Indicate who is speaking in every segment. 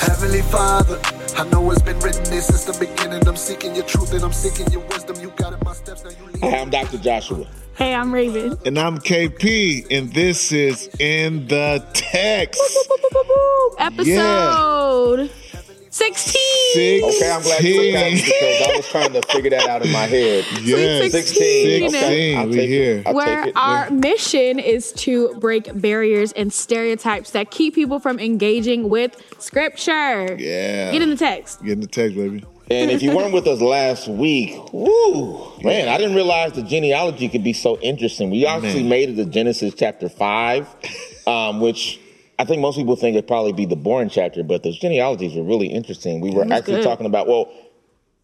Speaker 1: Heavenly Father, I know it's been written there since the beginning. I'm seeking your truth and I'm seeking your wisdom. You guided my steps, now you lead.
Speaker 2: Hi, I'm Dr. Joshua.
Speaker 3: Hey, I'm Raven.
Speaker 4: And I'm KP, and this is In the Text.
Speaker 3: Episode 16.
Speaker 4: 16.
Speaker 2: Okay, I'm glad you looked at me because I was trying to figure that out in my head.
Speaker 4: Yes.
Speaker 2: 16.
Speaker 3: 16.
Speaker 2: Okay, I'll
Speaker 4: We
Speaker 2: take
Speaker 4: here.
Speaker 2: It. I'll
Speaker 3: Where
Speaker 2: take it.
Speaker 3: our mission is to break barriers and stereotypes that keep people from engaging with scripture.
Speaker 4: Yeah.
Speaker 3: Get in the text.
Speaker 4: Get in the text, baby.
Speaker 2: and if you weren't with us last week, woo, man, I didn't realize the genealogy could be so interesting. We actually
Speaker 4: Man.
Speaker 2: made it to Genesis chapter 5, um, which I think most people think it'd probably be the boring chapter, but those genealogies were really interesting. We were
Speaker 3: was
Speaker 2: actually
Speaker 3: good.
Speaker 2: talking about, well,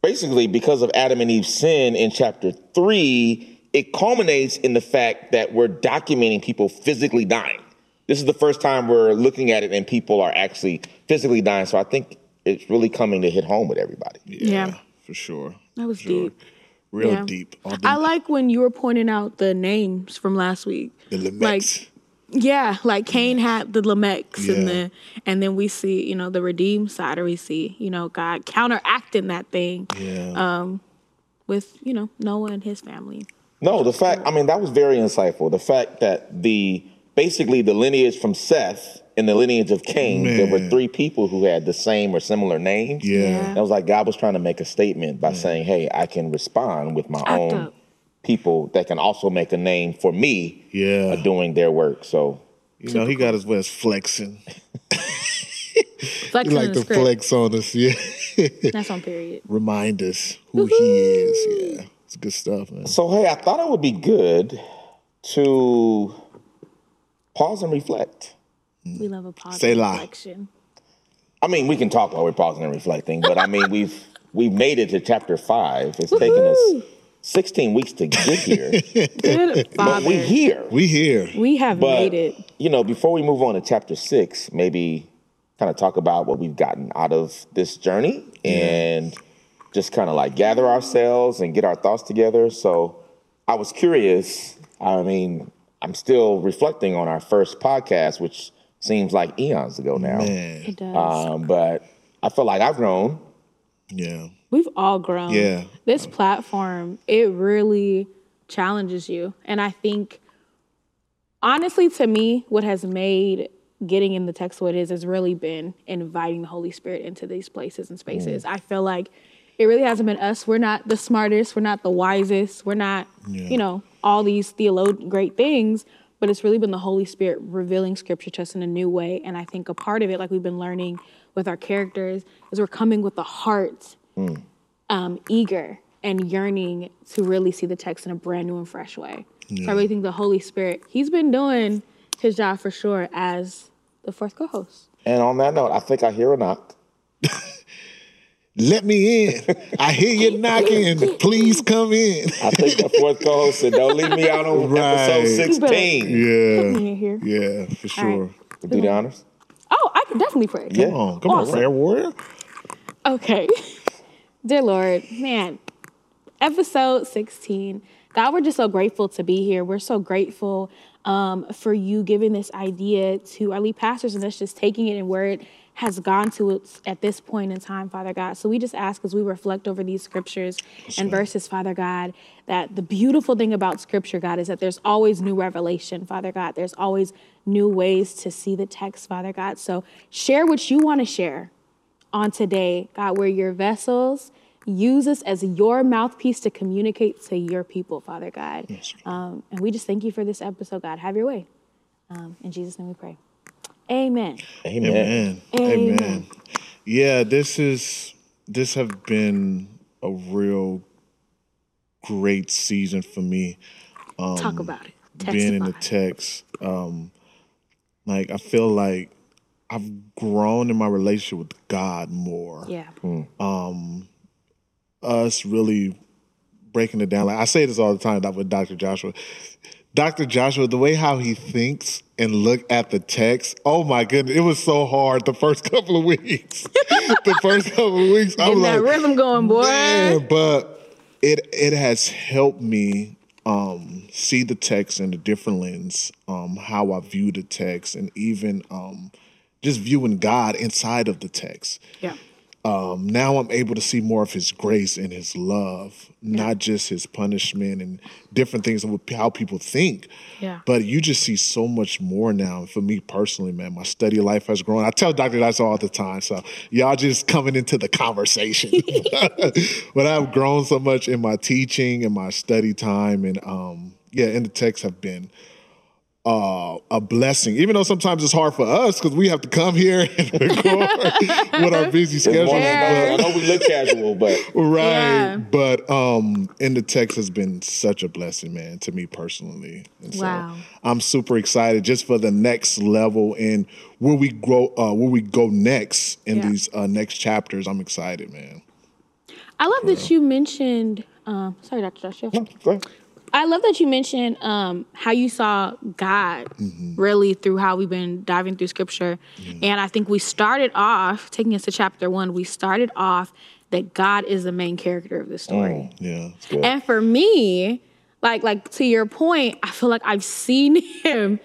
Speaker 2: basically because of Adam and Eve's sin in chapter three, it culminates in the fact that we're documenting people physically dying. This is the first time we're looking at it and people are actually physically dying. So I think it's really coming to hit home with everybody.
Speaker 3: Yeah.
Speaker 4: For sure.
Speaker 3: That was deep.
Speaker 4: Real
Speaker 3: Yeah.
Speaker 4: deep. All the,
Speaker 3: I like when you were pointing out the names from last week.
Speaker 4: the Lamechs.
Speaker 3: Like, yeah, like Cain had the Lamechs, and
Speaker 4: Yeah.
Speaker 3: then and then we see, you know, the redeemed side, or we see, you know, God counteracting that thing uh,
Speaker 4: yeah.
Speaker 3: with, you know, Noah and his family.
Speaker 2: No, the fact, I mean, that was very insightful. The fact that the basically the lineage from Seth and the lineage of Cain, there were
Speaker 4: Man.
Speaker 2: three people who had the same or similar names.
Speaker 4: yeah.
Speaker 2: And I was like, God was trying to make a statement by saying, hey, I can respond with my
Speaker 3: Act
Speaker 2: own
Speaker 3: up.
Speaker 2: people that can also make a name for me
Speaker 4: Yeah.
Speaker 2: of doing their work. So,
Speaker 4: You know, he got his West flexing. He
Speaker 3: Flexing
Speaker 4: like
Speaker 3: the
Speaker 4: to
Speaker 3: script.
Speaker 4: flex on us. Yeah.
Speaker 3: That's on period.
Speaker 4: Remind us who he is. Yeah. It's good stuff, man.
Speaker 2: so hey, I thought it would be good to pause and reflect.
Speaker 3: We love a positive
Speaker 4: Say la.
Speaker 3: reflection.
Speaker 2: I mean, we can talk while we're pausing and reflecting, but I mean, we've we've made it to chapter five. It's taken us 16 weeks to get here,
Speaker 3: Good
Speaker 2: but we
Speaker 3: father.
Speaker 2: here.
Speaker 4: We here.
Speaker 3: We have
Speaker 2: But
Speaker 3: made it.
Speaker 2: you know, before we move on to chapter six, maybe kind of talk about what we've gotten out of this journey and just kind of like gather ourselves and get our thoughts together. So I was curious. I mean, I'm still reflecting on our first podcast, which seems like eons ago now.
Speaker 4: Man.
Speaker 3: It does.
Speaker 2: Um, but I feel like I've grown.
Speaker 4: Yeah.
Speaker 3: We've all grown.
Speaker 4: Yeah.
Speaker 3: This platform, it really challenges you. And I think, honestly, to me, what has made getting in the text what it is has really been inviting the Holy Spirit into these places and spaces. I feel like it really hasn't been us. We're not the smartest. We're not the wisest. We're not, you know, all these theolog- great things. But it's really been the Holy Spirit revealing Scripture to us in a new way. And I think a part of it, like we've been learning with our characters, is we're coming with the heart um, eager and yearning to really see the text in a brand new and fresh way. So I really think the Holy Spirit, He's been doing His job for sure as the fourth co-host.
Speaker 2: And on that note, I think I hear a knock.
Speaker 4: Let me in. I hear you knocking. Please come in.
Speaker 2: I think the fourth co-host said, "Don't leave me out on
Speaker 4: Right.
Speaker 2: episode 16."
Speaker 4: Yeah.
Speaker 3: You're here.
Speaker 4: Yeah, for
Speaker 3: All
Speaker 4: sure.
Speaker 3: right.
Speaker 2: Do the honors.
Speaker 3: Oh, I can definitely pray.
Speaker 2: Yeah.
Speaker 4: Come on, come on,
Speaker 3: Awesome.
Speaker 4: prayer warrior.
Speaker 3: Okay. Dear Lord, man, episode 16. God, we're just so grateful to be here. We're so grateful um, for you giving this idea to our lead pastors and us just taking it and where it has gone to it at this point in time, Father God. So we just ask as we reflect over these scriptures and verses, Father God, that the beautiful thing about scripture, God, is that there's always new revelation, Father God. There's always new ways to see the text, Father God. So share what you want to share on today. God, we're your vessels. Use us as your mouthpiece to communicate to your people, Father God. Um, and we just thank you for this episode, God. Have your way. Um, in Jesus' name we pray. Amen.
Speaker 2: Amen.
Speaker 4: Amen.
Speaker 3: Amen.
Speaker 4: Amen. Yeah, this is this have been a real great season for me.
Speaker 3: Talk about it.
Speaker 4: Um, being in
Speaker 3: Testify.
Speaker 4: the text. Um, like I feel like I've grown in my relationship with God more.
Speaker 3: yeah.
Speaker 4: us really breaking it down. Like I say this all the time that with Dr. Joshua. Dr. Joshua, the way how he thinks and look at the text, oh my goodness, it was so hard the first couple of weeks. the first couple of weeks, I was
Speaker 3: Getting that
Speaker 4: like,
Speaker 3: rhythm going, boy.
Speaker 4: man, but it it has helped me um, see the text in a different lens, um, how I view the text, and even um, just viewing God inside of the text.
Speaker 3: Yeah.
Speaker 4: Um, now I'm able to see more of His grace and His love, not just His punishment and different things of how people think.
Speaker 3: Yeah.
Speaker 4: But you just see so much more now. And for me personally, man, my study life has grown. I tell Dr. Dice all the time. So y'all just coming into the conversation. but I've grown so much in my teaching and my study time. And um, yeah, and the texts have been uh, a blessing, even though sometimes it's hard for us because we have to come here and record with our busy
Speaker 2: It's
Speaker 4: schedules.
Speaker 2: one of
Speaker 4: but-
Speaker 2: those- I know we look casual, but
Speaker 4: right.
Speaker 3: Yeah.
Speaker 4: But um, in the text has been such a blessing, man, to me personally. And
Speaker 3: Wow.
Speaker 4: I'm super excited just for the next level and where we grow, uh, where we go next in
Speaker 3: Yeah.
Speaker 4: these uh, next chapters. I'm excited, man.
Speaker 3: I love that you mentioned. Um, sorry, Dr. Joshua.
Speaker 2: go ahead.
Speaker 3: I love that you mentioned um, how you saw God really through how we've been diving through scripture. And I think we started off, taking us to chapter one, we started off that God is the main character of the story.
Speaker 4: Yeah.
Speaker 3: And for me, like like to your point, I feel like I've seen him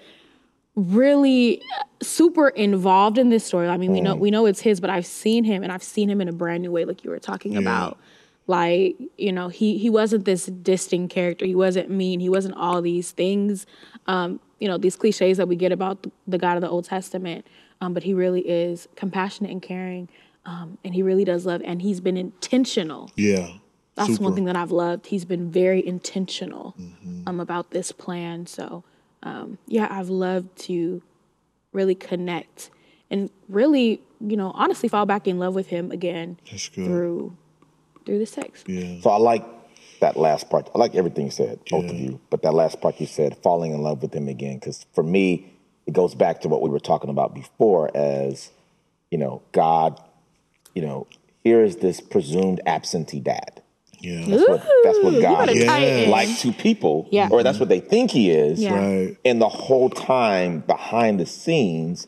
Speaker 3: really super involved in this story. I mean, we know we know it's his, but I've seen him and I've seen him in a brand new way like you were talking about. Like, you know, he he wasn't this distant character. He wasn't mean. He wasn't all these things. Um, you know, these clichés that we get about the, the God of the Old Testament. Um, but he really is compassionate and caring. Um, and he really does love and he's been intentional
Speaker 4: Yeah.
Speaker 3: that's one thing that I've loved. He's been very intentional
Speaker 2: Mm-hmm.
Speaker 3: um, about this plan. So, um, yeah, I've loved to really connect and really, you know, honestly fall back in love with him again
Speaker 4: That's good.
Speaker 3: through through this text.
Speaker 4: Yeah.
Speaker 2: So I like that last part. I like everything you said, both of you. But that last part you said, falling in love with him again, because for me, it goes back to what we were talking about before as, you know, God, you know, here is this presumed absentee dad.
Speaker 4: Yeah.
Speaker 2: That's what, that's what God
Speaker 3: better
Speaker 2: is
Speaker 3: tie it in.
Speaker 2: like to people,
Speaker 3: Yeah.
Speaker 2: or that's what they think he is.
Speaker 3: Yeah.
Speaker 4: Right.
Speaker 2: And the whole time behind the scenes,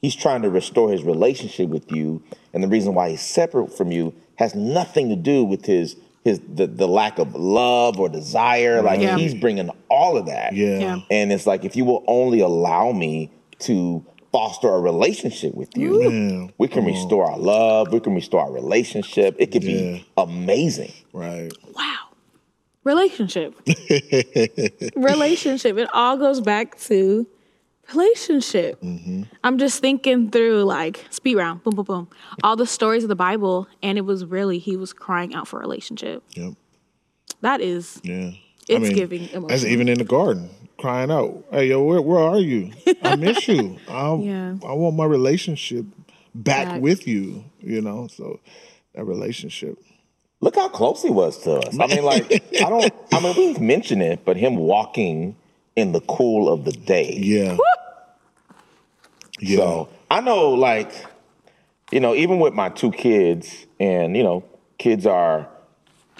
Speaker 2: he's trying to restore his relationship with you. And the reason why he's separate from you has nothing to do with his his the, the lack of love or desire. Like
Speaker 3: Yeah.
Speaker 2: he's bringing all of that.
Speaker 4: Yeah.
Speaker 3: Yeah.
Speaker 2: And it's like if you will only allow me to foster a relationship with you,
Speaker 4: Man.
Speaker 2: we can restore our love. We can restore our relationship. It could
Speaker 4: Yeah.
Speaker 2: be amazing.
Speaker 4: Right.
Speaker 3: Wow. Relationship. relationship. It all goes back to relationship. I'm just thinking through like speed round, boom, boom, boom. All the stories of the Bible, and it was really, he was crying out for a relationship.
Speaker 4: Yep.
Speaker 3: That is
Speaker 4: Yeah.
Speaker 3: It's giving
Speaker 4: That's
Speaker 3: emotional.
Speaker 4: even in the garden, crying out, "Hey, yo, where, where are you? I miss you. I,
Speaker 3: Yeah.
Speaker 4: I want my relationship back,
Speaker 3: Back.
Speaker 4: with you. You know, so that relationship.
Speaker 2: Look how close he was to us. I mean, like, I don't, I mean, we've mentioned it, but him walking in the cool of the day.
Speaker 4: Yeah. yeah.
Speaker 2: So I know, like, you know, even with my two kids, and, you know, kids are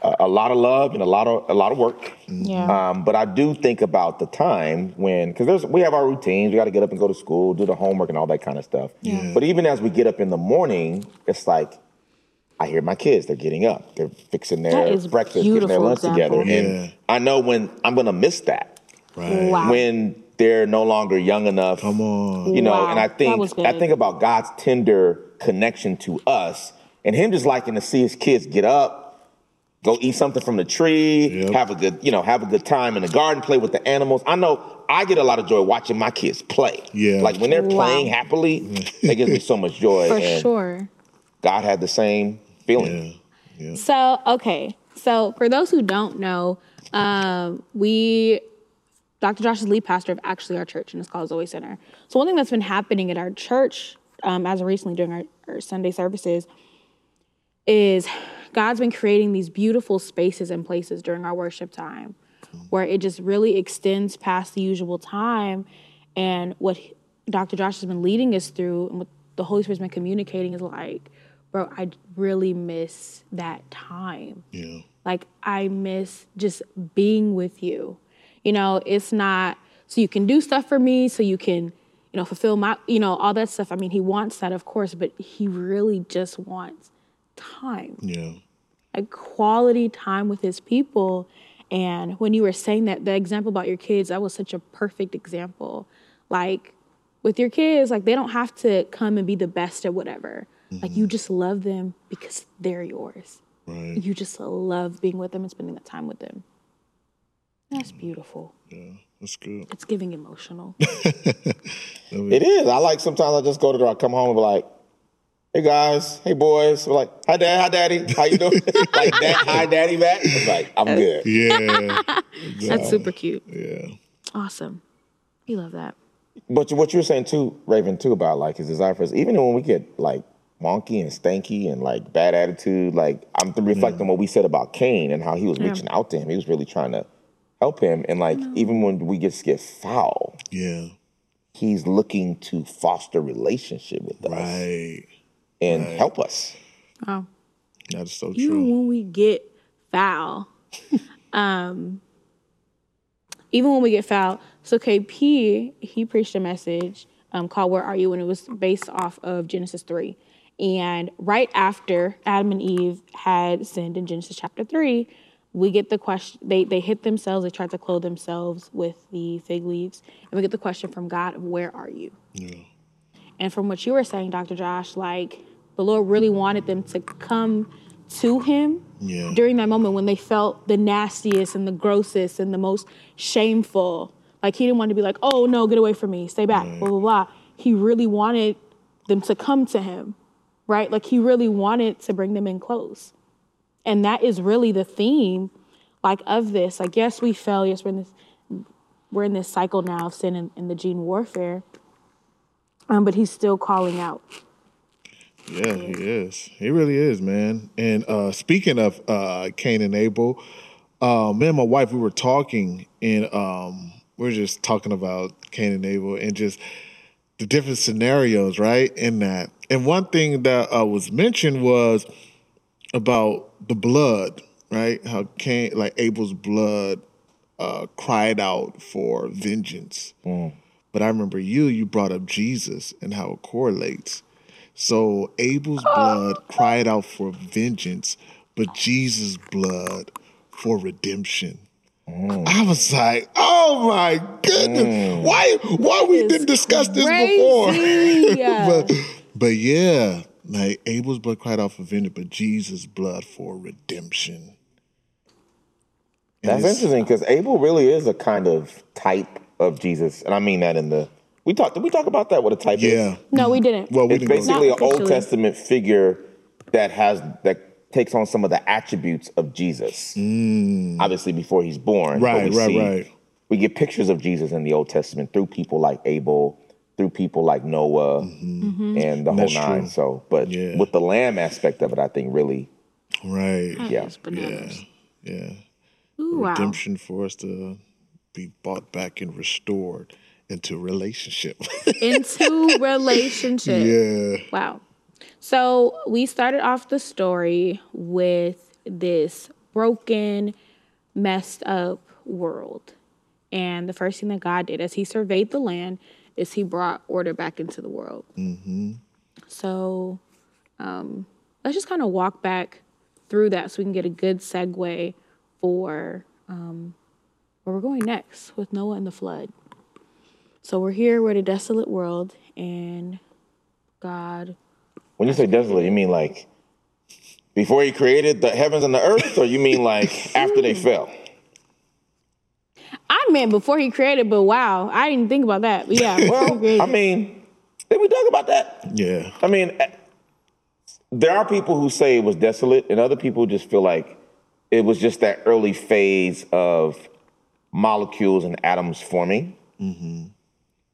Speaker 2: a, a lot of love and a lot of, a lot of work.
Speaker 3: Yeah.
Speaker 2: Um, but I do think about the time when, because there's we have our routines. We got to get up and go to school, do the homework, and all that kind of stuff.
Speaker 4: Yeah.
Speaker 2: But even as we get up in the morning, it's like I hear my kids. They're getting up. They're fixing their
Speaker 3: That is
Speaker 2: breakfast, getting their
Speaker 3: beautiful
Speaker 2: lunch
Speaker 3: example.
Speaker 2: together, and
Speaker 4: Yeah.
Speaker 2: I know when I'm going to miss that
Speaker 4: Right.
Speaker 3: Wow.
Speaker 2: when they're no longer young enough.
Speaker 4: Come on.
Speaker 2: You know,
Speaker 3: Wow,
Speaker 2: and I
Speaker 3: that
Speaker 2: think
Speaker 3: was
Speaker 2: I
Speaker 3: good.
Speaker 2: think about God's tender connection to us and him just liking to see his kids get up, go eat something from the tree,
Speaker 4: Yep.
Speaker 2: have a good, you know, have a good time in the garden, play with the animals. I know I get a lot of joy watching my kids play.
Speaker 4: Yeah.
Speaker 2: Like when they're
Speaker 3: Wow.
Speaker 2: playing happily, it gives me so much joy.
Speaker 3: For
Speaker 2: and
Speaker 3: sure.
Speaker 2: God had the same feeling.
Speaker 4: Yeah. Yeah.
Speaker 3: So, okay. So, for those who don't know, um, we, Dr. Josh is lead pastor of actually our church, and it's called Zoe Center. So, one thing that's been happening at our church um, as of recently during our, our Sunday services is God's been creating these beautiful spaces and places during our worship time where it just really extends past the usual time. And what he- Dr. Josh has been leading us through and what the Holy Spirit's been communicating is like, bro, I really miss that time.
Speaker 4: Yeah.
Speaker 3: Like, I miss just being with you. You know, it's not so you can do stuff for me, so you can, you know, fulfill my, you know, all that stuff. I mean, he wants that, of course, but he really just wants time
Speaker 4: Yeah.
Speaker 3: a quality time with his people. And when you were saying that, the example about your kids, that was such a perfect example. Like, with your kids, like they don't have to come and be the best at whatever. Like you just love them because they're yours.
Speaker 4: Mm-hmm. Right.
Speaker 3: You just love being with them and spending that time with them. That's beautiful.
Speaker 4: Yeah. That's good.
Speaker 3: It's giving emotional.
Speaker 2: It is. I like sometimes I just go to the I come home and be like, hey guys, hey boys. We're like, hi dad, hi daddy, how you doing? like dad, hi daddy back. It's like, I'm good.
Speaker 4: Yeah.
Speaker 3: That's super cute.
Speaker 4: yeah.
Speaker 3: Awesome. We love that.
Speaker 2: But you- what you were saying too, Raven, too about like his desire for us, even when we get like wonky and stanky and like bad attitude, like I'm th- reflecting on what we said about Cain and how he was reaching out to him. He was really trying to help him. And like even when we just get foul,
Speaker 4: Yeah.
Speaker 2: he's looking to foster relationship with us
Speaker 4: Right.
Speaker 2: and help us.
Speaker 3: Wow.
Speaker 4: That is so
Speaker 3: even
Speaker 4: true.
Speaker 3: when we get foul, um, even when we get foul. So KP he preached a message um, called "Where Are You?" and it was based off of Genesis three. And right after Adam and Eve had sinned in Genesis chapter three, we get the question. They they hit themselves. They tried to clothe themselves with the fig leaves, and we get the question from God of, "Where are you?" And from what you were saying, Dr. Josh, like the Lord really wanted them to come to Him
Speaker 4: Yeah.
Speaker 3: during that moment when they felt the nastiest and the grossest and the most shameful. Like He didn't want to be like, oh no, get away from me, stay back, blah, blah, blah. He really wanted them to come to Him, right? Like He really wanted to bring them in close. And that is really the theme like of this. Like, yes, we fell, yes, we're in this we're in this cycle now of sin and, and the gene warfare. Um, but he's still calling out.
Speaker 4: Yeah, he is. He really is, man. And uh, speaking of uh, Cain and Abel, uh, me and my wife, we were talking, and um, we were just talking about Cain and Abel and just the different scenarios, right? In that. And one thing that uh, was mentioned was about the blood, right? How Cain, like Abel's blood, uh, cried out for vengeance. But I remember you, you brought up Jesus and how it correlates. So Abel's blood cried out for vengeance, but Jesus' blood for redemption. I was like, oh my goodness. Why why we didn't discuss this before?
Speaker 3: Crazy.
Speaker 4: but, but yeah, like Abel's blood cried out for vengeance, but Jesus' blood for redemption. And
Speaker 2: That's
Speaker 4: it's-
Speaker 2: interesting because Abel really is a kind of type of Jesus, and I mean that in the we talked. Did we talk about that? What a type
Speaker 4: Yeah.
Speaker 2: is?
Speaker 3: no, we didn't.
Speaker 4: Well, we
Speaker 2: It's
Speaker 4: didn't go
Speaker 2: basically an
Speaker 3: Not
Speaker 2: Old
Speaker 3: officially.
Speaker 2: Testament figure that has that takes on some of the attributes of Jesus. Obviously, before he's born, but
Speaker 4: Mm. Right,
Speaker 2: we
Speaker 4: right,
Speaker 2: see-
Speaker 4: right.
Speaker 2: We get pictures of Jesus in the Old Testament through people like Abel, through people like Noah, and the whole
Speaker 4: Mm-hmm. That's
Speaker 2: nine.
Speaker 4: true.
Speaker 2: So, but
Speaker 4: Yeah.
Speaker 2: with the lamb aspect of it, I think really,
Speaker 4: Right.
Speaker 2: yeah,
Speaker 4: Yeah.
Speaker 3: Ooh,
Speaker 4: Yeah.
Speaker 3: Mm-hmm. wow.
Speaker 4: Redemption for us to be bought back and restored into relationship.
Speaker 3: Into relationship.
Speaker 4: yeah.
Speaker 3: Wow. So we started off the story with this broken, messed up world. And the first thing that God did as he surveyed the land is he brought order back into the world. Mm-hmm. So um, let's just kind of walk back through that so we can get a good segue for um, where we're going next with Noah and the flood. So we're here, we're at a desolate world, and God
Speaker 2: When you say desolate, you mean like before he created the heavens and the earth, or you mean like after they fell?
Speaker 3: I meant before he created, but wow, I didn't think about that. But yeah, before he
Speaker 2: Well,
Speaker 3: created.
Speaker 2: I mean, did we talk about that?
Speaker 4: Yeah.
Speaker 2: I mean, eh, there are people who say it was desolate, and other people just feel like it was just that early phase of molecules and atoms forming.
Speaker 4: Mm-hmm.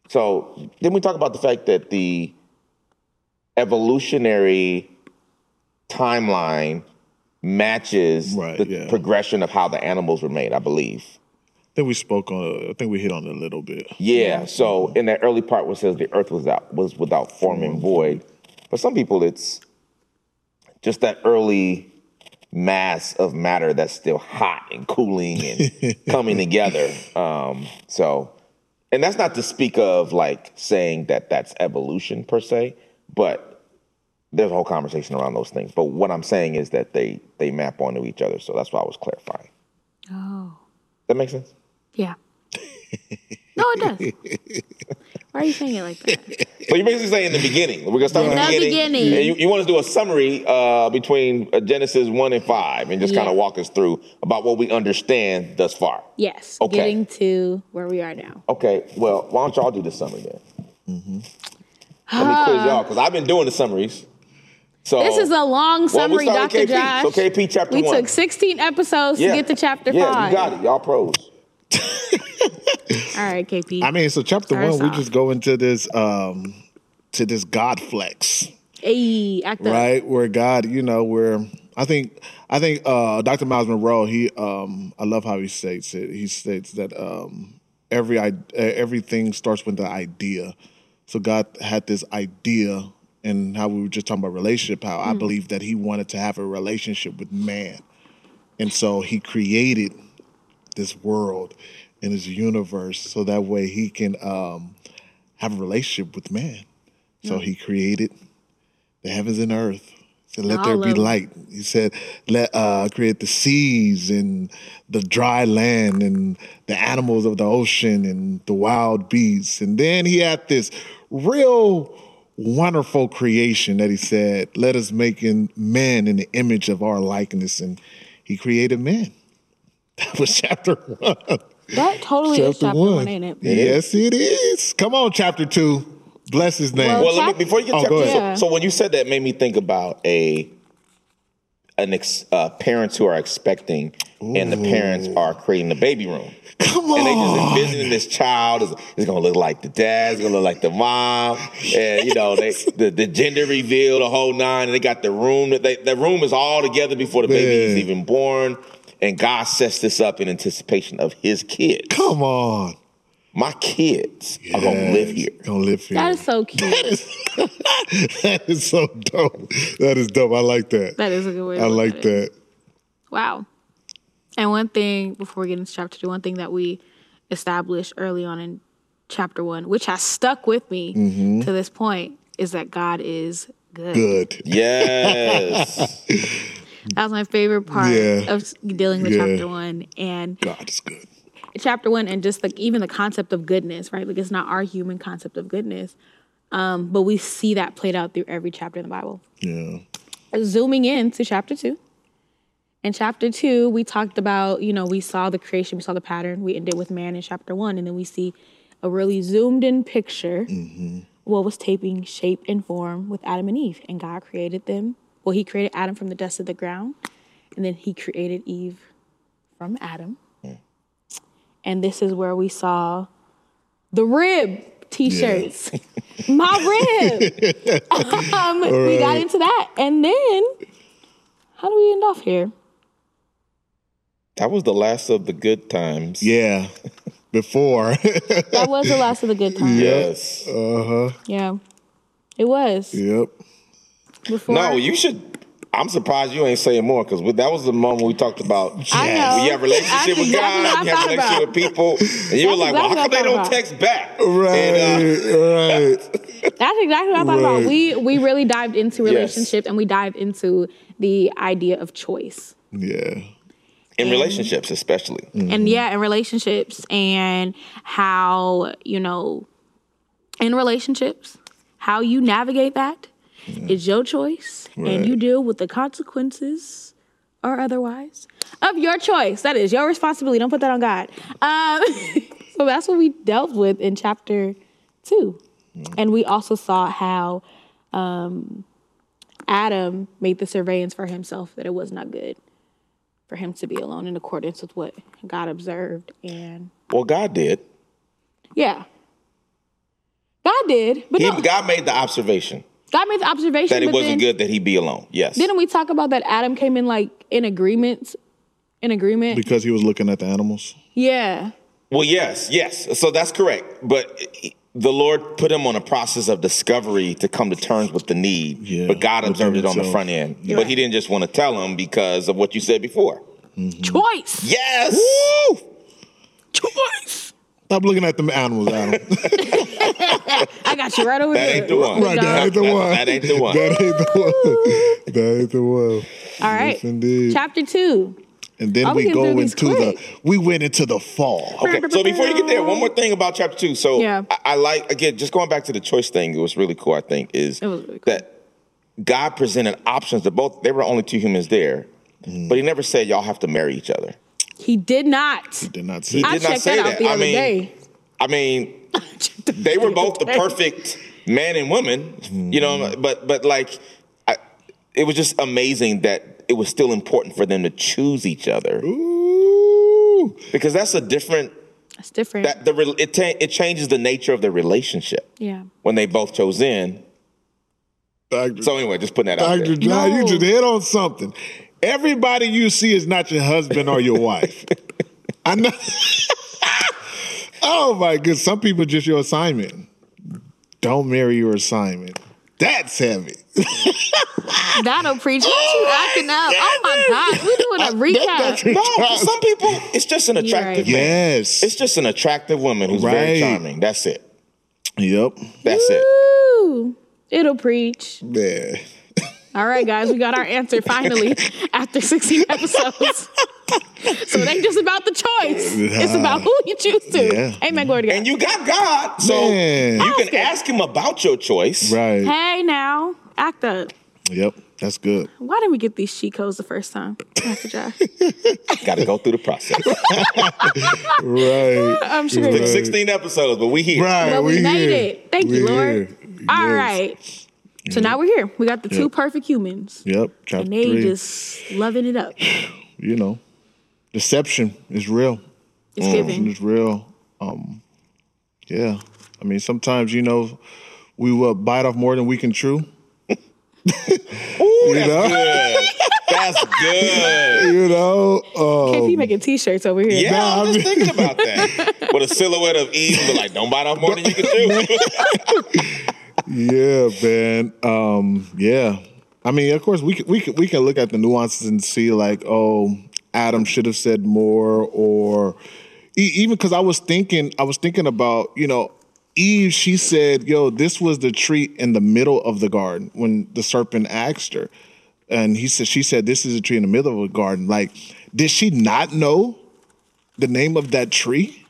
Speaker 2: So then we talk about the fact that the evolutionary timeline matches
Speaker 4: Right,
Speaker 2: the
Speaker 4: yeah.
Speaker 2: progression of how the animals were made, I believe.
Speaker 4: I think we spoke on I think we hit on it a little bit.
Speaker 2: Yeah. So in that early part where it says the earth was out was without form and void. For some people it's just that early mass of matter that's still hot and cooling and coming together. Um, so and that's not to speak of like saying that that's evolution per se, but there's a whole conversation around those things. But what I'm saying is that they they map onto each other. So that's why I was clarifying.
Speaker 3: Oh,
Speaker 2: That makes sense?
Speaker 3: yeah. No, it does. Why are you saying it like that?
Speaker 2: So you're basically saying the beginning. We're gonna start with
Speaker 3: The
Speaker 2: the beginning.
Speaker 3: beginning.
Speaker 2: And you, you want us to do a summary uh, between uh, Genesis one and five, and just
Speaker 3: Yeah.
Speaker 2: kind of walk us through about what we understand thus far.
Speaker 3: Yes.
Speaker 2: Okay.
Speaker 3: Getting to where we are now.
Speaker 2: Okay. Well, why don't y'all do the summary then?
Speaker 3: Mm-hmm.
Speaker 2: Let me quiz y'all because I've been doing the summaries. So
Speaker 3: Ah. This is a long
Speaker 2: Oh. Well, we
Speaker 3: summary,
Speaker 2: started
Speaker 3: Dr.
Speaker 2: KP.
Speaker 3: Josh.
Speaker 2: So KP chapter
Speaker 3: we
Speaker 2: one.
Speaker 3: took 16 episodes
Speaker 2: Yeah.
Speaker 3: to get to chapter
Speaker 2: yeah,
Speaker 3: five.
Speaker 2: you got it. Y'all pros.
Speaker 3: All right, KP.
Speaker 4: I mean, so chapter
Speaker 3: First
Speaker 4: one, we
Speaker 3: off.
Speaker 4: just go into this um to this God flex,
Speaker 3: Ayy, act up.
Speaker 4: right? Where God, you know, where I think I think uh Dr. Miles Monroe, he um I love how he states it. He states that um every i- uh, everything starts with the idea. So God had this idea and how we were just talking about relationship, how I believe that he wanted to have a relationship with man. And so he created this world and this universe so that way he can um, have a relationship with man. So he created the heavens and earth. He said, let there
Speaker 3: All
Speaker 4: be
Speaker 3: of-
Speaker 4: light. He said, let uh, create the seas and the dry land and the animals of the ocean and the wild beasts. And then he had this real wonderful creation that he said, let us make in man in the image of our likeness. And he created man. That was chapter one.
Speaker 3: That totally is chapter one, ain't it?
Speaker 4: Yes, it is. Come on, chapter two. Bless his name.
Speaker 3: Well,
Speaker 2: Well, let
Speaker 3: chap-
Speaker 2: me, before you get
Speaker 4: Oh,
Speaker 2: chapter,
Speaker 4: go
Speaker 2: so-
Speaker 3: ahead.
Speaker 2: so, when you said that, made me think about a an ex, uh, parents who are expecting, and the parents are creating the baby room.
Speaker 4: Come
Speaker 2: and they just
Speaker 4: on.
Speaker 2: envisioning this child is, is gonna look like the dad, is gonna look like the mom, and you know they the, the gender reveal, the whole nine, and they got the room that they the room is all together before the baby is
Speaker 4: Man.
Speaker 2: even born, and God sets this up in anticipation of His kids.
Speaker 4: Come on.
Speaker 2: My kids are gonna live
Speaker 4: Yes,
Speaker 2: here.
Speaker 4: Gonna live here.
Speaker 3: That is so cute.
Speaker 4: that is so dope. That is dope. I like that.
Speaker 3: that is a good way to
Speaker 4: I
Speaker 3: look
Speaker 4: like
Speaker 3: at it.
Speaker 4: that.
Speaker 3: Wow. And one thing before we get into chapter two, one thing that we established early on in chapter one, which has stuck with me
Speaker 4: Mm-hmm.
Speaker 3: to this point, is that God is good.
Speaker 4: Good.
Speaker 2: Yes,
Speaker 3: That was my favorite part
Speaker 4: Yeah.
Speaker 3: of s- dealing with
Speaker 4: Yeah.
Speaker 3: chapter one and
Speaker 4: God is good.
Speaker 3: chapter one, and just like even the concept of goodness, right? Like it's not our human concept of goodness, um, but we see that played out through every chapter in the Bible.
Speaker 4: Yeah.
Speaker 3: zooming in to chapter two. In chapter two, we talked about, you know, we saw the creation, we saw the pattern. We ended with man in chapter one, and then we see a really zoomed in picture what was taking shape and form with Adam and Eve. And God created them. Well, he created Adam from the dust of the ground, and then he created Eve from Adam. And this is where we saw the rib t-shirts. My rib. Um, We got into that. And then, how do we end off here?
Speaker 2: that was the last of the good times.
Speaker 4: Yeah. Before.
Speaker 3: That was the last of the good times. Yeah.
Speaker 2: Yes.
Speaker 4: Uh,
Speaker 3: It was.
Speaker 4: yep.
Speaker 2: uh,
Speaker 3: Before,
Speaker 2: No, you should. I'm surprised you ain't saying more because that was the moment we talked about.
Speaker 3: I
Speaker 4: Yes.
Speaker 3: know.
Speaker 2: We have a relationship
Speaker 3: That's
Speaker 2: with
Speaker 3: exactly what
Speaker 2: God.
Speaker 3: I
Speaker 2: We have a
Speaker 3: thought
Speaker 2: relationship
Speaker 3: about.
Speaker 2: with people. And you were
Speaker 3: That's
Speaker 2: like, well, how come
Speaker 3: exactly
Speaker 2: they
Speaker 3: what I
Speaker 2: don't
Speaker 3: thought
Speaker 2: text back?
Speaker 4: Right.
Speaker 2: And, uh,
Speaker 4: right.
Speaker 3: That's exactly what I thought about.
Speaker 4: Right.
Speaker 3: We we really dived into
Speaker 2: Yes.
Speaker 3: relationships and we dived into the idea of choice.
Speaker 4: Yeah.
Speaker 3: Mm.
Speaker 2: in relationships, especially.
Speaker 4: Mm.
Speaker 3: and yeah, and relationships and how you know in relationships how you navigate that is your choice, and you deal with the consequences or otherwise of your choice. That is your responsibility. Don't put that on God. Um, so that's what we dealt with in chapter two, and we also saw how. Um, Adam made the surveillance for himself that it was not good for him to be alone in accordance with what God observed. And
Speaker 2: Well, God did.
Speaker 3: yeah, God did, but
Speaker 2: He,
Speaker 3: no, God,
Speaker 2: God made the observation
Speaker 3: made the observation
Speaker 2: that it
Speaker 3: but then,
Speaker 2: wasn't good that he be alone. Yes.
Speaker 3: Didn't we talk about that Adam came in like in agreement? In agreement?
Speaker 4: Because he was looking at the animals.
Speaker 3: yeah.
Speaker 2: Well, yes, yes. So that's correct. But the Lord put him on a process of discovery to come to terms with the need.
Speaker 4: Yeah,
Speaker 2: but God
Speaker 4: within
Speaker 2: observed it on the
Speaker 4: himself.
Speaker 2: front end. But he didn't just want to tell him because of what you said before. Mm.
Speaker 3: Choice.
Speaker 2: Yes.
Speaker 3: Choice.
Speaker 4: Stop looking at them animals, Adam.
Speaker 3: I got you right over
Speaker 2: That
Speaker 3: there.
Speaker 2: ain't the one.
Speaker 4: right. That ain't the
Speaker 2: That-
Speaker 4: one.
Speaker 2: that ain't the one.
Speaker 4: That ain't the one. that ain't the one.
Speaker 3: All right.
Speaker 4: Yes, indeed.
Speaker 3: Chapter two.
Speaker 4: and then
Speaker 3: Oh, we
Speaker 4: we
Speaker 3: can
Speaker 4: go
Speaker 3: do
Speaker 4: into
Speaker 3: these
Speaker 4: the
Speaker 3: quick.
Speaker 4: we went into the fall.
Speaker 2: Okay, so before you get there, one more thing about chapter two. So
Speaker 3: Yeah.
Speaker 2: I, I like again, just going back to the choice thing. It was really cool. I think is
Speaker 3: was really cool.
Speaker 2: that God presented options to both. There were only two humans there, but He never said y'all have to marry each other.
Speaker 3: He did not.
Speaker 4: Did not see.
Speaker 2: I-
Speaker 3: I
Speaker 2: did not
Speaker 3: checked
Speaker 2: say
Speaker 3: that out
Speaker 2: that.
Speaker 3: the
Speaker 2: I
Speaker 3: other
Speaker 2: mean-
Speaker 3: day.
Speaker 2: I mean, they were both the perfect man and woman, you know.
Speaker 4: Mm-hmm.
Speaker 2: But but like, I, it was just amazing that it was still important for them to choose each other
Speaker 4: Ooh.
Speaker 2: because that's a different.
Speaker 3: That's different.
Speaker 2: That the re- it ta- it changes the nature of the relationship
Speaker 3: yeah.
Speaker 2: when they both chose in.
Speaker 4: Dr.
Speaker 2: So anyway, just putting that out
Speaker 4: Dr.
Speaker 2: there.
Speaker 4: John, you
Speaker 3: No.
Speaker 4: just hit on something. Everybody you see is not your husband or your wife. I know. oh my goodness. Some people just your assignment. Don't marry your assignment. That's heavy.
Speaker 3: That'll preach. What you acting up? Oh my God. We're doing a
Speaker 4: That's
Speaker 3: recap.
Speaker 2: No, for some people, it's just an attractive
Speaker 3: right.
Speaker 2: man.
Speaker 4: yes.
Speaker 2: It's just an attractive woman who's
Speaker 4: Right.
Speaker 2: very charming. That's it.
Speaker 4: yep.
Speaker 2: That's it.
Speaker 3: Woo. It'll preach.
Speaker 4: Yeah.
Speaker 3: All right, guys, we got our answer finally after 16 episodes. so it ain't just about the choice. It's about who you choose to.
Speaker 4: Yeah.
Speaker 3: Amen. Glory to God.
Speaker 2: And you got God, so
Speaker 4: Man.
Speaker 2: you can
Speaker 3: Ask him.
Speaker 2: ask him about your choice.
Speaker 4: Right.
Speaker 3: hey, now, act up.
Speaker 4: Yep. That's good.
Speaker 3: Why didn't we get these cheat codes the first time? Dr. Josh?
Speaker 2: Got to go through the process.
Speaker 4: Right.
Speaker 3: I'm sure.
Speaker 2: Took 16 episodes, but we here.
Speaker 4: Right.
Speaker 3: But we,
Speaker 4: we
Speaker 3: made
Speaker 4: here.
Speaker 3: it. Thank you,
Speaker 4: We
Speaker 3: Lord.
Speaker 4: here.
Speaker 3: All
Speaker 4: Yes.
Speaker 3: right. So now we're here. We got the two
Speaker 4: Yeah.
Speaker 3: perfect humans.
Speaker 4: Yep. Chapter
Speaker 3: And they
Speaker 4: three.
Speaker 3: just loving it up.
Speaker 4: you know, deception is real.
Speaker 3: It's
Speaker 4: Deception
Speaker 3: giving.
Speaker 4: is real. Um, yeah. I mean, sometimes, you know, we will bite off more than we can chew.
Speaker 2: Ooh,
Speaker 4: You
Speaker 2: that's
Speaker 4: know?
Speaker 2: good. That's good.
Speaker 4: You know, uh,
Speaker 3: KP making t-shirts over here.
Speaker 2: Yeah,
Speaker 4: Nah,
Speaker 2: I'm just
Speaker 4: I mean-
Speaker 2: thinking about that. With a silhouette of Eve, but like, don't bite off more than you can chew.
Speaker 4: yeah, man. Um, yeah. I mean, of course, we can, we can, we can look at the nuances and see like, oh, Adam should have said more, or e- even because I was thinking, I was thinking about, you know, Eve. She said, "Yo, this was the tree in the middle of the garden when the serpent asked her." and he said she said this is a tree in the middle of a garden like did she not know the name of that tree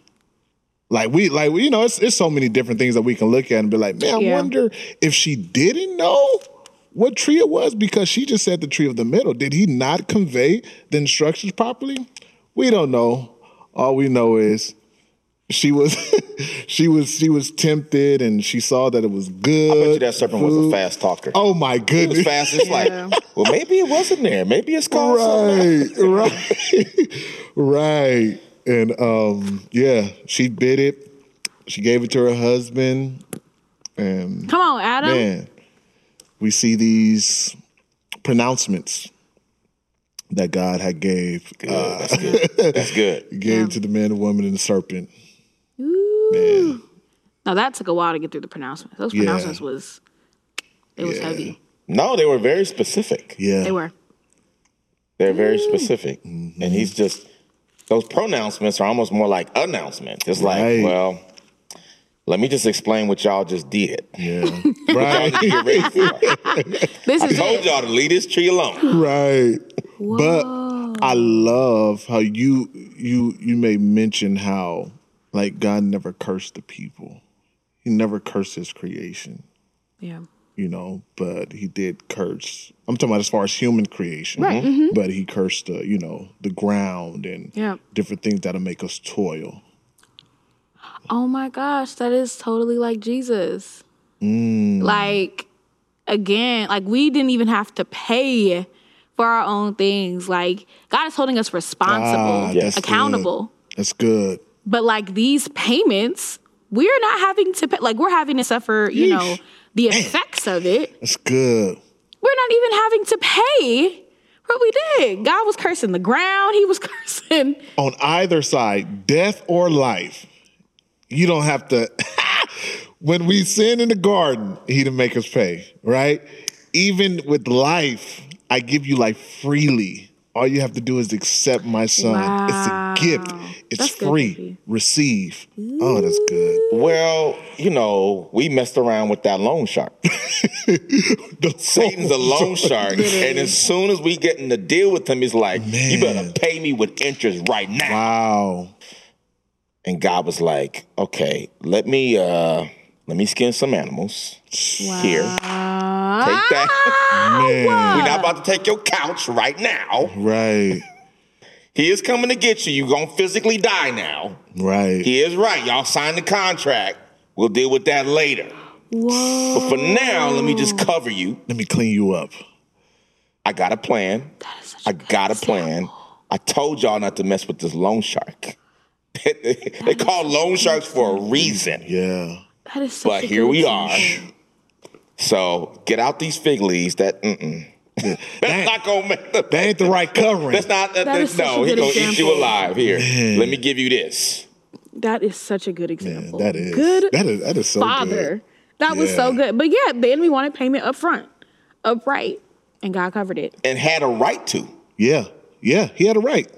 Speaker 4: like we like we- you know it's, it's so many different things that we can look at and be like man i
Speaker 3: Yeah.
Speaker 4: wonder if she didn't know what tree it was because she just said the tree of the middle did he not convey the instructions properly we don't know all we know is she was she was she was tempted and she saw that it was good
Speaker 2: I bet you that serpent was a fast talker.
Speaker 4: oh my
Speaker 2: It was
Speaker 4: goodness
Speaker 2: fast. It's
Speaker 3: Yeah.
Speaker 2: like, well, maybe it wasn't there. Maybe it's called something else.
Speaker 4: right, right, right. And um, yeah, she bit it. She gave it to her husband, and
Speaker 3: Come on, Adam.
Speaker 4: man, we see these pronouncements that God had gave uh,
Speaker 2: Good, that's good. That's good.
Speaker 4: gave
Speaker 3: Yeah.
Speaker 4: to the man, the woman, and the serpent.
Speaker 3: Ooh.
Speaker 4: Man,
Speaker 3: Now that took a while to get through the pronouncements. Those
Speaker 4: Yeah.
Speaker 3: pronouncements was it was
Speaker 4: Yeah.
Speaker 3: heavy.
Speaker 2: No, they were very specific.
Speaker 4: yeah,
Speaker 3: They were.
Speaker 2: They're very specific.
Speaker 4: Mm-hmm.
Speaker 2: And he's just, those pronouncements are almost more like announcements. It's like,
Speaker 4: Right.
Speaker 2: well, let me just explain what y'all just did.
Speaker 4: yeah,
Speaker 2: Y'all
Speaker 4: right,
Speaker 2: need to get ready for it.
Speaker 3: This is
Speaker 2: Told
Speaker 3: it.
Speaker 2: y'all to leave this tree alone.
Speaker 4: right. But I love how you you you made mention how like God never cursed the people. He never cursed his creation,
Speaker 3: Yeah.
Speaker 4: you know, but he did curse. I'm talking about as far as human creation.
Speaker 3: Right, mm-hmm.
Speaker 4: But he cursed the, you know, the ground and
Speaker 3: Yeah.
Speaker 4: different things that'll make us toil.
Speaker 3: Oh my gosh, that is totally like Jesus.
Speaker 4: Mm.
Speaker 3: Like again, like we didn't even have to pay for our own things. Like God is holding us responsible,
Speaker 4: Ah, that's good.
Speaker 3: accountable.
Speaker 4: That's good.
Speaker 3: But like these payments, we're not having to pay. Like we're having to suffer, you know,
Speaker 4: Yeesh.
Speaker 3: the effects of it.
Speaker 4: That's good.
Speaker 3: We're not even having to pay what we did. God was cursing the ground. He was cursing.
Speaker 4: on either side, death or life, you don't have to. when we sin in the garden, he didn't make us pay, right? Even with life, I give you life freely. All you have to do is accept my son.
Speaker 3: Wow.
Speaker 4: It's a gift. It's
Speaker 3: That's good,
Speaker 4: free.
Speaker 3: baby.
Speaker 4: Receive. Oh, that's good.
Speaker 2: Well, you know, we messed around with that loan shark. Satan's a loan shark, and as soon as we get in the deal with him, he's like, "You better
Speaker 4: Man.
Speaker 2: pay me with interest right now."
Speaker 4: Wow.
Speaker 2: And God was like, "Okay, let me uh let me skin some animals here. Take that.
Speaker 3: Ah!
Speaker 4: Man.
Speaker 3: Oh,
Speaker 2: We're not about to take your couch right now.
Speaker 4: Right.
Speaker 2: He is coming to get you. You're gonna physically die now.
Speaker 4: Right.
Speaker 2: He is right. Y'all signed the contract. We'll deal with that later.
Speaker 3: Whoa.
Speaker 2: But for now, let me just cover you.
Speaker 4: Let me clean you up.
Speaker 2: I got a plan. I got a plan. I told y'all not to mess with this loan shark. they call loan sharks for a reason.
Speaker 4: Yeah.
Speaker 3: That is such
Speaker 2: But
Speaker 3: a
Speaker 2: here
Speaker 3: good
Speaker 2: we are.
Speaker 3: example.
Speaker 2: So get out these fig leaves. That mm-mm. that's not gonna make the.
Speaker 4: That ain't the right covering.
Speaker 2: That's not. That,
Speaker 3: That is
Speaker 2: that- no,
Speaker 3: such a
Speaker 2: he's
Speaker 3: good
Speaker 2: gonna eat you
Speaker 3: example.
Speaker 2: alive. Here, let me give you this.
Speaker 3: That is such a good example.
Speaker 4: that is.
Speaker 3: good
Speaker 4: that is that is so
Speaker 3: father.
Speaker 4: good.
Speaker 3: That was so
Speaker 4: Yeah.
Speaker 3: good. But yeah, the enemy wanted payment up front, upright, and God covered it.
Speaker 2: And had a right to.
Speaker 4: Yeah. Yeah. He had a right.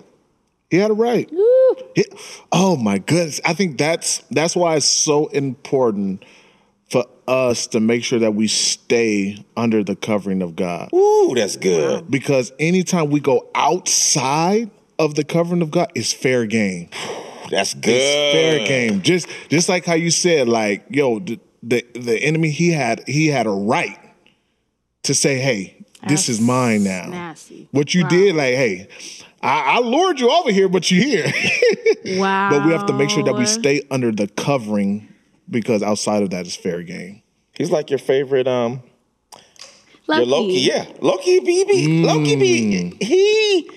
Speaker 4: He had a right.
Speaker 3: Woo.
Speaker 4: He- oh my goodness. I think that's that's why it's so important for us to make sure that we stay under the covering of God.
Speaker 2: Ooh, that's good.
Speaker 4: Because anytime we go outside of the covering of God, it's fair game.
Speaker 2: That's good.
Speaker 4: It's fair game. Just just like how you said, like, yo, the the, the enemy he had he had a right to say, hey, this is mine now.
Speaker 3: Nasty.
Speaker 4: What you did, like, hey, I, I lured you over here, but you're here.
Speaker 3: Wow.
Speaker 4: but we have to make sure
Speaker 3: Oh,
Speaker 4: that we stay under the covering because outside of that is fair game.
Speaker 2: He's like your favorite um
Speaker 3: Lucky.
Speaker 2: Your Loki, Mm. yeah. Loki be, be Loki be he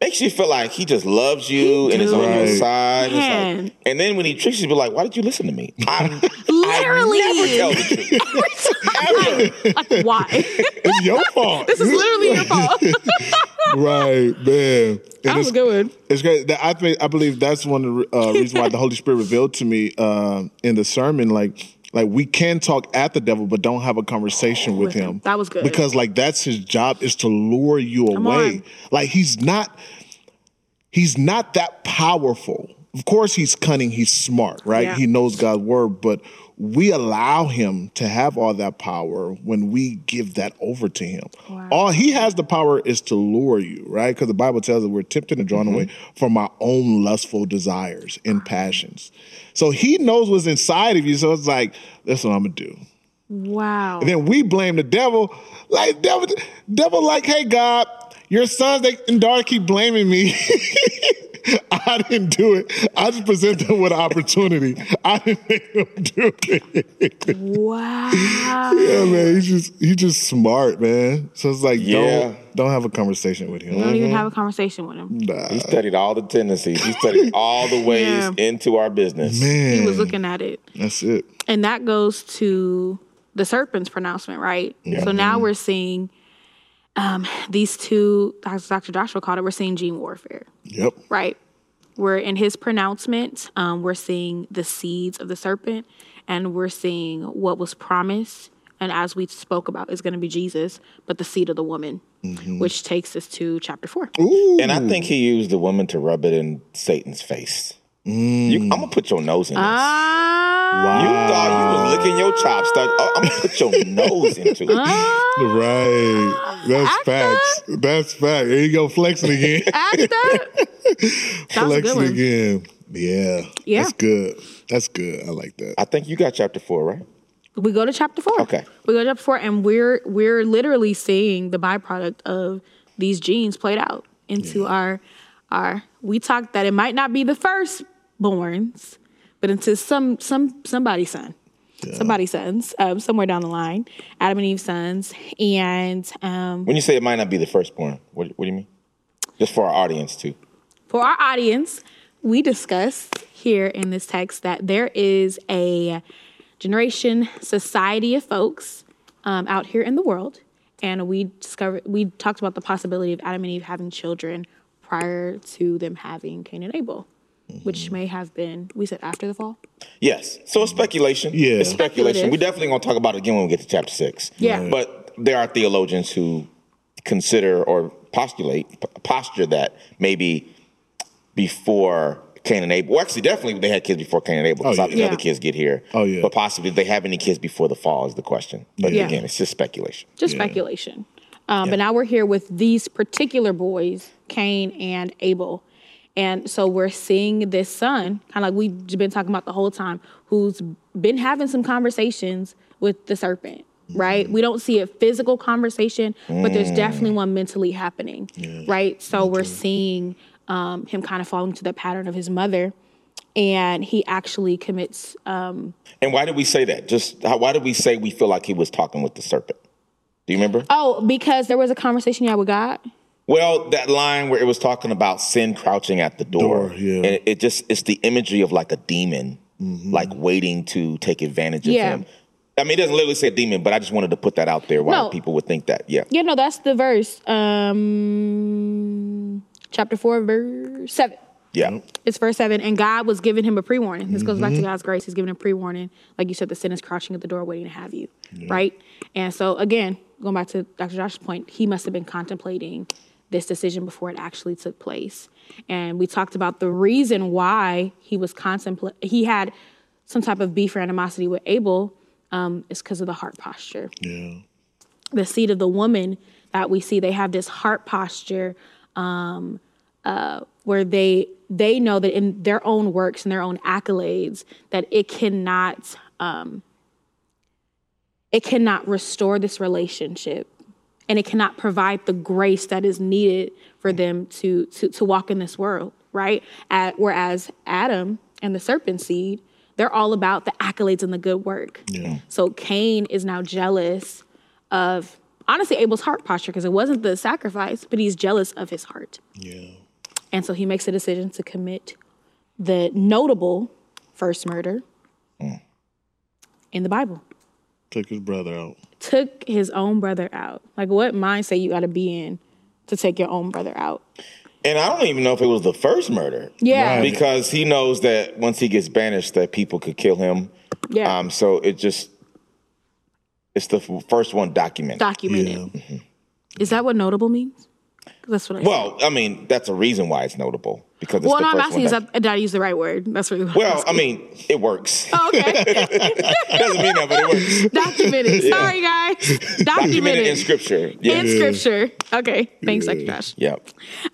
Speaker 2: makes you feel like he just loves you
Speaker 3: He
Speaker 2: and is on your
Speaker 4: do.
Speaker 2: side. It's like-
Speaker 3: Man.
Speaker 2: and then when he tricks you, be like, why did you listen to me? I'm
Speaker 3: Literally.
Speaker 2: never tell the truth. Ever.
Speaker 3: Like, why?
Speaker 4: It's your fault.
Speaker 3: this is literally your fault.
Speaker 4: right, man.
Speaker 3: that
Speaker 4: And
Speaker 3: was
Speaker 4: it's,
Speaker 3: a good one.
Speaker 4: it's great. That I think I believe that's one of the uh, reasons why the Holy Spirit revealed to me uh, in the sermon, like. Like we can talk at the devil, but don't have a conversation with,
Speaker 3: Oh, With him.
Speaker 4: him.
Speaker 3: That was good.
Speaker 4: because like that's his job is to lure you away.
Speaker 3: on.
Speaker 4: Like he's not, he's not that powerful. Of course, he's cunning, he's smart, right?
Speaker 3: Yeah.
Speaker 4: He knows God's word, but we allow him to have all that power when we give that over to him. All he has the power is to lure you, right? Because the Bible tells us we're tempted and drawn away from our own lustful desires and passions. So he knows what's inside of you. So it's like, that's what I'm gonna do.
Speaker 3: Wow.
Speaker 4: And then we blame the devil. Like devil, devil, like, hey God, your sons they, and daughters keep blaming me. I didn't do it. I just presented them with an opportunity. I didn't make them do it.
Speaker 3: wow.
Speaker 4: Yeah, man. He's just he's just smart, man. So it's like
Speaker 2: Yeah.
Speaker 4: don't don't have a conversation with him.
Speaker 3: Don't even have a conversation with him.
Speaker 2: He studied all the tendencies. He studied all the ways
Speaker 3: Yeah.
Speaker 2: into our business.
Speaker 4: Man,
Speaker 3: He was looking at it.
Speaker 4: that's it.
Speaker 3: And that goes to the serpent's pronouncement, right? So now we're seeing um, these two, as Dr. Joshua called it, we're seeing gene warfare,
Speaker 4: Yep.
Speaker 3: right? We're in his pronouncement, um, we're seeing the seeds of the serpent, and we're seeing what was promised. And as we spoke about, is going to be Jesus, but the seed of the woman, which takes us to chapter four.
Speaker 2: And I think he used the woman to rub it in Satan's face. You, I'm gonna put your nose in this.
Speaker 3: Ah,
Speaker 2: you
Speaker 4: Wow.
Speaker 2: thought you was licking your chops. Thought, oh, I'm gonna put your nose into it.
Speaker 3: Uh-huh.
Speaker 4: Right. That's
Speaker 3: Actor.
Speaker 4: facts. That's fact. There you go, flexing again.
Speaker 3: actor. that was a good
Speaker 4: flexing
Speaker 3: one.
Speaker 4: again. Yeah.
Speaker 3: Yeah.
Speaker 4: That's good. That's good. I like that.
Speaker 2: I think you got chapter four, right?
Speaker 3: we go to chapter four.
Speaker 2: Okay.
Speaker 3: We go to chapter four, and we're we're literally seeing the byproduct of these genes played out into our our. We talked that it might not be the firstborns, but into some some somebody's son, somebody's sons, um, somewhere down the line, Adam and Eve's sons, and um,
Speaker 2: When you say it might not be the firstborn, what, what do you mean? Just for our audience too.
Speaker 3: for our audience, we discussed here in this text that there is a generation, society of folks um, out here in the world, and we discovered we talked about the possibility of Adam and Eve having children prior to them having Cain and Abel, which may have been we said after the fall.
Speaker 2: Yes. So it's speculation.
Speaker 4: Yeah.
Speaker 2: It's speculation.
Speaker 3: Speculative.
Speaker 2: We're definitely gonna talk about it again when we get to chapter six.
Speaker 3: Yeah. Right.
Speaker 2: But there are theologians who consider or postulate p- posture that maybe before Cain and Abel. Well, actually, definitely they had kids before Cain and Abel. Because
Speaker 4: Oh,
Speaker 2: I
Speaker 4: yeah.
Speaker 2: think
Speaker 3: Yeah.
Speaker 2: other kids get here.
Speaker 4: Oh, yeah.
Speaker 2: But possibly did they have any kids before the fall is the question. But
Speaker 3: Yeah.
Speaker 2: again, it's just speculation.
Speaker 3: Just speculation. Um, But now we're here with these particular boys, Cain and Abel. And so we're seeing this son, kind of like we've been talking about the whole time, who's been having some conversations with the serpent, right? We don't see a physical conversation, but there's definitely one mentally happening, right? So we're seeing um, him kind of falling to the pattern of his mother. And he actually commits, um,
Speaker 2: And why did we say that? Just how, why did we say we feel like he was talking with the serpent? Do you remember?
Speaker 3: oh, because there was a conversation you had with God.
Speaker 2: Well, that line where it was talking about sin crouching at the door,
Speaker 4: Door, yeah.
Speaker 2: and it, it just it's the imagery of like a demon, like waiting to take advantage of
Speaker 3: Yeah.
Speaker 2: him. I mean, it doesn't literally say demon, but I just wanted to put that out there why
Speaker 3: No.
Speaker 2: people would think that. Yeah.
Speaker 3: Yeah, no, that's the verse. Um, chapter four, verse seven.
Speaker 2: Yeah.
Speaker 3: It's verse seven. And God was giving him a pre warning. This goes back to God's grace. He's giving a pre warning. Like you said, the sin is crouching at the door waiting to have you. Right? And so, again, going back to Dr. Josh's point, he must have been contemplating this decision before it actually took place. And we talked about the reason why he was contemplating, he had some type of beef or animosity with Abel, um, is because of the heart posture
Speaker 4: Yeah.
Speaker 3: the seed of the woman that we see they have this heart posture um, uh, where they they know that in their own works and their own accolades that it cannot um, it cannot restore this relationship and it cannot provide the grace that is needed for them to to, to walk in this world right At, whereas adam and the serpent seed they're all about the accolades and the good work so cain is now jealous of honestly abel's heart posture because it wasn't the sacrifice but he's jealous of his heart
Speaker 4: Yeah.
Speaker 3: and so he makes a decision to commit the notable first murder in the bible
Speaker 4: Took his brother out.
Speaker 3: took his own brother out. Like, what mindset you got to be in to take your own brother out?
Speaker 2: And I don't even know if it was the first murder.
Speaker 3: Yeah.
Speaker 4: Right.
Speaker 2: Because he knows that once he gets banished, that people could kill him.
Speaker 3: Yeah.
Speaker 2: Um, so it just it's the f- first one documented.
Speaker 3: Documented. Is that what notable means? 'Cause That's what I.
Speaker 2: well, I mean, that's a reason why it's notable because it's
Speaker 3: well,
Speaker 2: the
Speaker 3: no, I'm
Speaker 2: first one.
Speaker 3: asking is
Speaker 2: doc-
Speaker 3: that did I use the right word? That's really what I'm
Speaker 2: well, uh, I
Speaker 3: asking.
Speaker 2: mean, it works.
Speaker 3: Oh, okay.
Speaker 2: doesn't mean that, but it works.
Speaker 3: Documented. Sorry, guys.
Speaker 2: Documented
Speaker 3: Documented.
Speaker 2: in scripture. Yeah.
Speaker 3: In scripture. Okay. Thanks, Dr. Josh.
Speaker 2: Yep.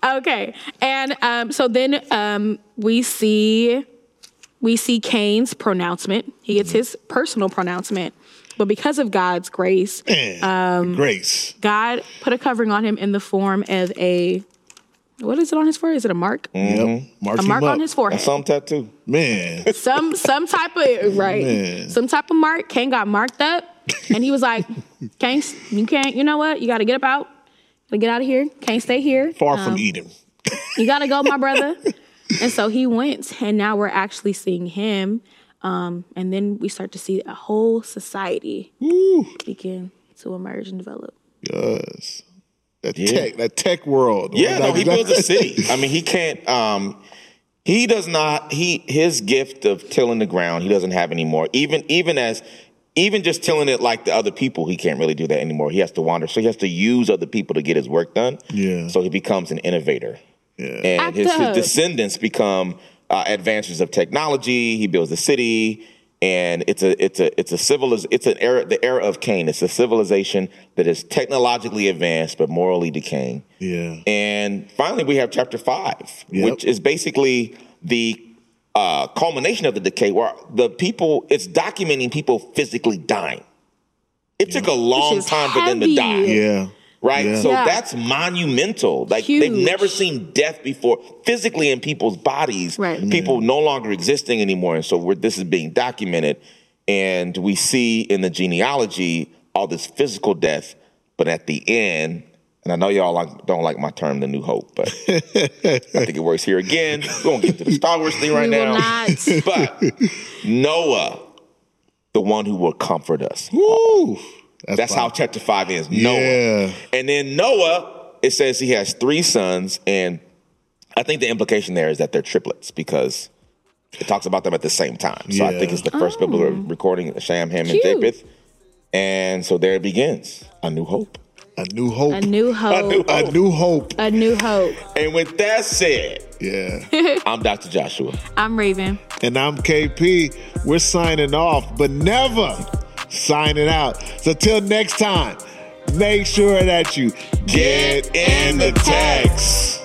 Speaker 3: Okay. And um, so then um, we see we see Cain's pronouncement. He gets his personal pronouncement. But because of God's grace,
Speaker 4: Man, Grace.
Speaker 3: God put a covering on him in the form of a what is it on his forehead? Is it a mark?
Speaker 4: Yep.
Speaker 3: Mm, A
Speaker 4: Marked him
Speaker 3: mark
Speaker 4: up.
Speaker 3: on his forehead.
Speaker 2: Some tattoo.
Speaker 4: Man.
Speaker 3: Some some type of right.
Speaker 4: Man.
Speaker 3: Some type of mark. Cain got marked up and he was like, Cain, you can't, you know what? You gotta get up out. Gotta get out of here. Can't stay here.
Speaker 4: Far from Eden.
Speaker 3: you gotta go, my brother. and so he went, and now we're actually seeing him. Um, and then we start to see a whole society begin to emerge and develop.
Speaker 4: Yes. That tech, that tech world.
Speaker 2: Yeah, no, he
Speaker 4: Dr.
Speaker 2: builds a city. I mean, he can't. Um, he does not. He his gift of tilling the ground. He doesn't have anymore. Even even as even just tilling it like the other people, he can't really do that anymore. He has to wander, so he has to use other people to get his work done.
Speaker 4: Yeah.
Speaker 2: So he becomes an innovator,
Speaker 4: Yeah.
Speaker 2: and his, his
Speaker 3: Active.
Speaker 2: descendants become uh, advancers of technology. He builds the city. And it's a it's a it's a civiliz- it's an era the era of Cain. It's a civilization that is technologically advanced but morally decaying.
Speaker 4: Yeah.
Speaker 2: And finally, we have chapter five,
Speaker 4: Yep.
Speaker 2: which is basically the uh, culmination of the decay, where the people it's documenting people physically dying. It took a long
Speaker 3: is
Speaker 2: time for them to
Speaker 3: heavy.
Speaker 2: die,
Speaker 4: Yeah.
Speaker 2: right?
Speaker 4: Yeah.
Speaker 2: So
Speaker 3: Yeah.
Speaker 2: that's monumental. Like they've
Speaker 3: Huge.
Speaker 2: never seen death before, physically in people's bodies.
Speaker 3: Right.
Speaker 4: Mm.
Speaker 3: Mhm.
Speaker 2: People no longer existing anymore, and so we're, this is being documented, and we see in the genealogy all this physical death, but at the end. And I know y'all like, don't like my term, the new hope, but I think it works here again. We won't get to the Star Wars thing right
Speaker 3: we
Speaker 2: now.
Speaker 3: will not.
Speaker 2: But Noah, the one who will comfort us.
Speaker 4: Woo.
Speaker 2: That's how
Speaker 4: fire.
Speaker 2: chapter five ends.
Speaker 4: Yeah.
Speaker 2: Noah. And then Noah, it says he has three sons, and I think the implication there is that they're triplets because it talks about them at the same time. So I
Speaker 4: Yeah.
Speaker 2: think it's the first biblical recording, Shem, Ham, and
Speaker 3: Cute.
Speaker 2: Japheth. And so there it begins. A new hope.
Speaker 4: A new hope.
Speaker 3: A new hope.
Speaker 4: A new, a new hope.
Speaker 3: A new hope.
Speaker 2: And with that said,
Speaker 4: Yeah.
Speaker 2: I'm Dr. Joshua.
Speaker 3: I'm Raven.
Speaker 4: and I'm KP. We're signing off, but never signing out. So till next time, make sure that you get in the text.